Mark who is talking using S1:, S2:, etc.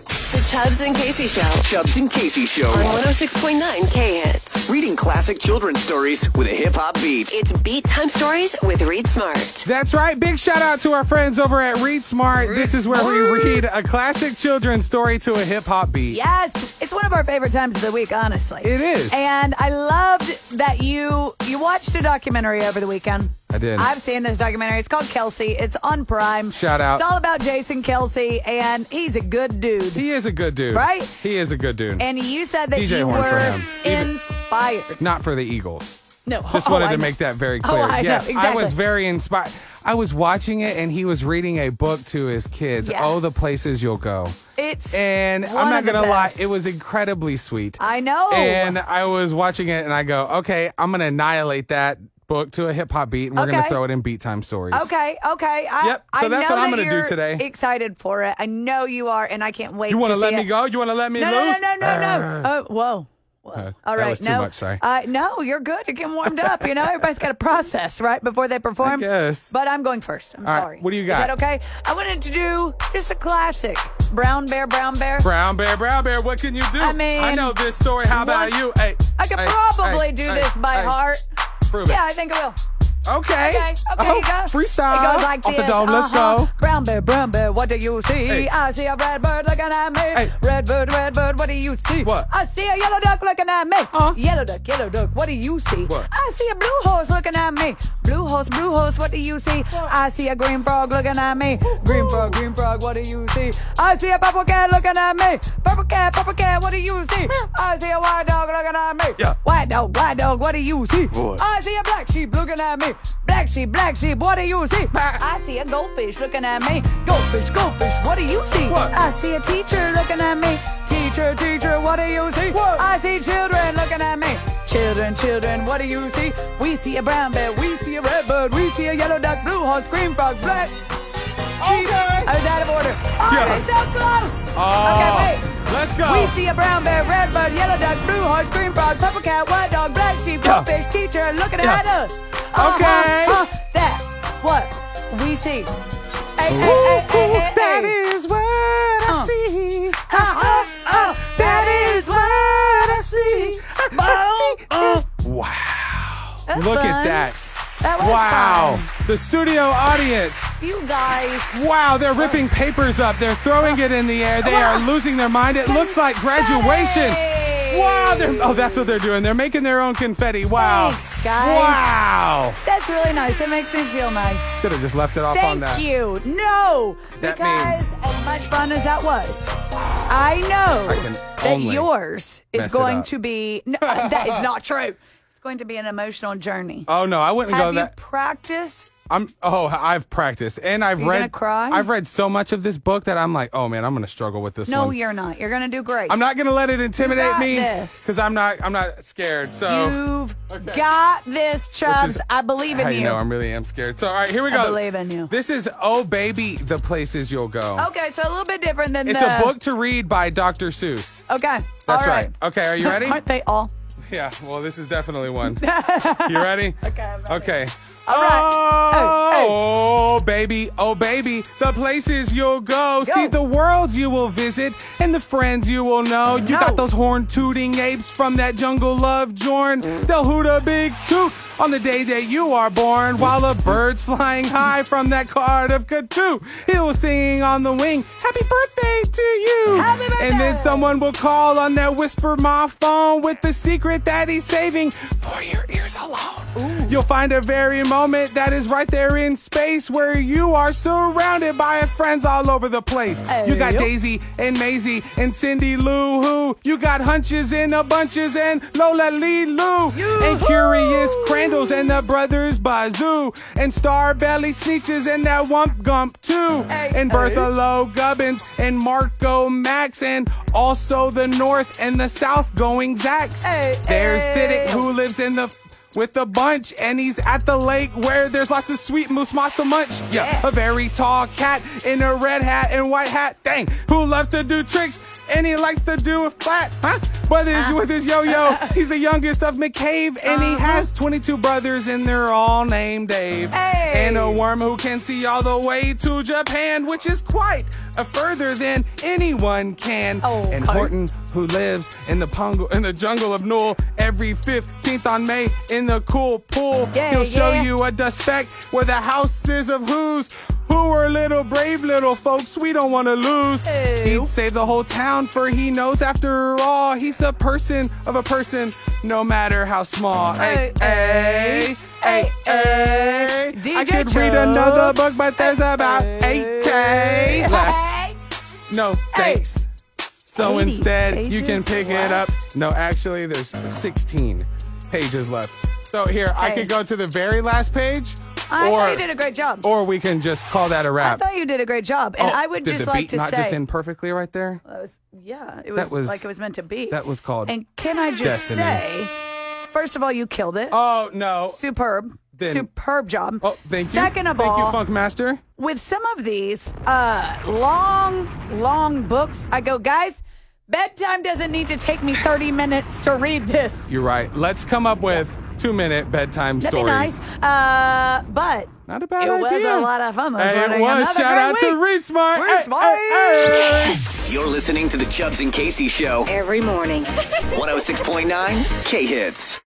S1: Tubbs and Casey Show
S2: Chubbs and Casey Show.
S1: on 106.9 K Hits.
S2: Reading classic children's stories with a hip hop beat.
S1: It's Beat Time Stories with Reed Smart.
S3: That's right. Big shout out to our friends over at Read Smart. This is where we read a classic children's story to a hip hop beat.
S4: Yes, it's one of our favorite times of the week, honestly.
S3: It is.
S4: And I loved that you you watched a documentary over the weekend.
S3: I did.
S4: I've seen this documentary. It's called Kelsey. It's on Prime.
S3: Shout out.
S4: It's all about Jason Kelsey, and he's a good dude,
S3: He is a good dude.
S4: Right?
S3: He is a good dude.
S4: and you said that
S3: DJ
S4: you
S3: horn for
S4: were
S3: him. Even-
S4: inspired.
S3: Not for the Eagles.
S4: No,
S3: Just
S4: oh,
S3: wanted
S4: I
S3: to
S4: know.
S3: make that very
S4: Oh,
S3: clear.
S4: I know.
S3: yes, I was
S4: Exactly.
S3: very inspired. I was watching it and he was reading a book to his kids.
S4: Yeah.
S3: Oh, the places you'll go.
S4: It's
S3: And
S4: one
S3: I'm not
S4: of the
S3: gonna lie,
S4: best.
S3: it was incredibly sweet.
S4: I know.
S3: And I was watching it and I go, okay, I'm gonna annihilate that book to a hip hop beat and we're gonna
S4: Okay.
S3: throw it in beat time stories.
S4: Okay, okay. I,
S3: Yep, so
S4: I
S3: that's
S4: know
S3: what I'm
S4: that
S3: gonna do
S4: you're
S3: today.
S4: Excited for it. I know you are, and I can't wait.
S3: You wanna
S4: to
S3: let
S4: see
S3: me
S4: it.
S3: go? You wanna let me
S4: No,
S3: loose?
S4: no, no, no, no,
S3: Arr.
S4: no. Oh, whoa. Whoa. All
S3: Ah. that
S4: right,
S3: was too
S4: no,
S3: much, sorry.
S4: Uh, no, you're good. You're getting warmed up. You know, everybody's got a process, right, before they perform.
S3: guess.
S4: But I'm going first. I'm
S3: All right,
S4: sorry.
S3: what do you
S4: Is
S3: got?
S4: that okay? I wanted to do just a classic. Brown bear, brown bear.
S3: Brown bear, brown bear, what can you do?
S4: I mean,
S3: I know this story. How about
S4: one-
S3: you? Hey,
S4: I could
S3: hey,
S4: probably
S3: hey,
S4: do
S3: hey,
S4: this by
S3: hey.
S4: heart.
S3: Prove it.
S4: Yeah, I think I will.
S3: Okay. Oh,
S4: Okay, okay, you go.
S3: Freestyle.
S4: It goes like
S3: Off
S4: this.
S3: the dome. Let's
S4: uh-huh.
S3: go.
S4: Brown bear, brown bear, what do you see?
S3: Hey.
S4: I see a red bird looking at me.
S3: Hey.
S4: Red bird, red bird, what do you see?
S3: What?
S4: I see a yellow duck looking at me.
S3: Uh.
S4: Yellow duck, yellow duck, what do you see?
S3: What?
S4: I see a blue horse looking at me. Blue horse, blue horse, what do you see? I see a green frog looking at me. Green frog, green frog, what do you see? I see a purple cat looking at me. Purple cat, purple cat, what do you see? I see a white dog looking at me.
S3: Yeah.
S4: White dog, white dog, what do you see?
S3: What?
S4: I see a black sheep looking at me. Black sheep, black sheep, what do you see? I see a goldfish looking at me. Goldfish, goldfish, what do you see?
S3: What?
S4: I see a teacher looking at me. Teacher, teacher, what do you see?
S3: What?
S4: I see children looking at me. Children, children, what do you see? We see a brown bear, we see a red bird, we see a yellow duck, blue horse, green frog, black. sheep.
S3: Okay.
S4: I was out of order. Oh,
S3: Yeah. Ah.
S4: it's so close. Uh-huh. okay, wait.
S3: Oh, Let's go.
S4: We see a brown bear, red bird, yellow duck, blue horse, green frog, purple cat, white dog, black sheep,
S3: Yeah.
S4: goldfish, teacher, looking
S3: Yeah.
S4: at us.
S3: Okay.
S4: Uh-huh, uh, that's what we see. Hey,
S3: Ooh,
S4: hey, hey, hey, hey,
S3: that
S4: hey.
S3: is what I
S4: Uh.
S3: see.
S4: Uh, uh,
S3: That is what I see. I see.
S4: uh.
S3: Wow.
S4: That's
S3: Look at
S4: fun.
S3: that.
S4: That was
S3: Wow.
S4: fun.
S3: The studio audience.
S4: You guys.
S3: Wow, they're ripping papers up. They're throwing it in the air. They are losing their mind. It looks like graduation.
S4: Confetti.
S3: Wow, they're, oh, that's what they're doing. They're making their own confetti. Wow.
S4: Thanks, guys.
S3: Wow.
S4: That's really nice. It makes me feel nice.
S3: Should have just left it off on
S4: Thank
S3: that.
S4: you. No,
S3: That
S4: because as much fun as that was, I know
S3: I can
S4: that
S3: only
S4: yours
S3: mess it
S4: is going
S3: up.
S4: to be. No, that is not true. It's going to be an emotional journey.
S3: Oh no, I wouldn't go
S4: Have you
S3: that.
S4: practiced?
S3: I'm. Oh, I've practiced and I've
S4: You gonna
S3: read.
S4: cry?
S3: I've read so much of this book that I'm like, oh man, I'm gonna struggle with this
S4: No,
S3: one.
S4: you're not. You're going to do great.
S3: I'm not gonna let it intimidate
S4: got
S3: me
S4: this.
S3: because I'm not. I'm not scared. So.
S4: You've
S3: Okay.
S4: got this, Chubbs.
S3: Which is
S4: I believe in
S3: how
S4: you.
S3: You know, I really am scared. So, all right, here we go.
S4: believe in you. Oh,
S3: This is Oh Baby, the places you'll go.
S4: okay, so a little bit different than
S3: It's
S4: the
S3: a book to read by Dr. Seuss.
S4: Okay,
S3: That's
S4: all
S3: right.
S4: right.
S3: Okay, are you ready?
S4: Aren't they all?
S3: yeah. Well, this is definitely one. you ready?
S4: Okay, I'm ready.
S3: Okay.
S4: All right.
S3: Oh,
S4: Hey, hey.
S3: baby, oh baby, the places you'll go.
S4: Go.
S3: see the worlds you will visit, and the friends you will know. You got
S4: No.
S3: those horn tooting apes from that jungle of Jorn. They'll hoot a big toot on the day that you are born, while a bird's flying high from that card of Katu. He was singing on the wing, "Happy birthday to you!"
S4: Happy
S3: And then
S4: birthday.
S3: someone will call on that whisper my phone with the secret that he's saving for your ears alone. You'll find a very moment that is right there in space where you are surrounded by friends all over the place. You got
S4: Ayo.
S3: Daisy and Maisie and Cindy Lou Who. You got hunches and a bunches and Lola Lee Lou. And
S4: Yoo-hoo!
S3: curious Crandalls and the brothers Bazoo. And Star Belly Sneeches and that Wump Gump too.
S4: Hey.
S3: And Bertha Low Gubbins and Marco Max and also the North and the South going Zax.
S4: Hey,
S3: There's
S4: hey.
S3: Fiddick who lives in the with the bunch and he's at the lake where there's lots of sweet moose masa munch. Yeah.
S4: Yeah.
S3: A very tall cat in a red hat and white hat. Dang, who love to do tricks. and he likes to do a flat, huh? But it's with his yo-yo. He's the youngest of McCabe, and he has 22 brothers, and they're all named Dave.
S4: Hey.
S3: And a worm who can see all the way to Japan, which is quite a further than anyone can.
S4: Oh,
S3: and
S4: okay.
S3: Horton, who lives in the pongo, in the jungle of Newell, every 15th on May in the cool pool.
S4: Yeah,
S3: He'll show
S4: yeah.
S3: you a dust speck where the house is of who's. Who are little brave little folks we don't want to lose.
S4: Ew.
S3: He'd save the whole town for he knows after all he's the person of a person no matter how small. Hey, hey, hey, hey. I
S4: DJ
S3: could read
S4: Chuck.
S3: another book but there's about 80 left.
S4: Hey.
S3: No, thanks. So
S4: 80
S3: instead, you can
S4: pages
S3: pick it up.
S4: left.
S3: No, actually, there's 16 pages left. So here, I
S4: Hey.
S3: could go to the very last page,
S4: I
S3: or
S4: thought you did a great job.
S3: or we can just call that a
S4: I
S3: wrap.
S4: thought you did a great job, and
S3: Oh,
S4: I would
S3: did
S4: just
S3: the
S4: like
S3: beat
S4: to
S3: not
S4: say,
S3: just end perfectly right there.
S4: That was- yeah, it was,
S3: That was-
S4: like it was meant to be.
S3: that was called
S4: And can I just
S3: destiny.
S4: say, first of all, you killed it.
S3: Oh no.
S4: Superb,
S3: Then-
S4: superb job.
S3: Oh, thank you.
S4: Second of
S3: thank
S4: all,
S3: you, Funk Master.
S4: with some of these uh, long, long books, I go, guys, bedtime doesn't need to take me 30 minutes to read this.
S3: You're right. Let's come up with two-minute bedtime
S4: That'd
S3: stories.
S4: be nice. Uh, but
S3: Not a bad
S4: it
S3: idea.
S4: was a lot of fun. I was
S3: Hey, it
S4: running
S3: was.
S4: another
S3: Shout
S4: great
S3: out to
S4: week.
S3: Reed Smart.
S4: Reed Smart.
S2: You're listening to the Chubbs and Casey Show,
S1: Every morning.
S2: 106.9 K Hits.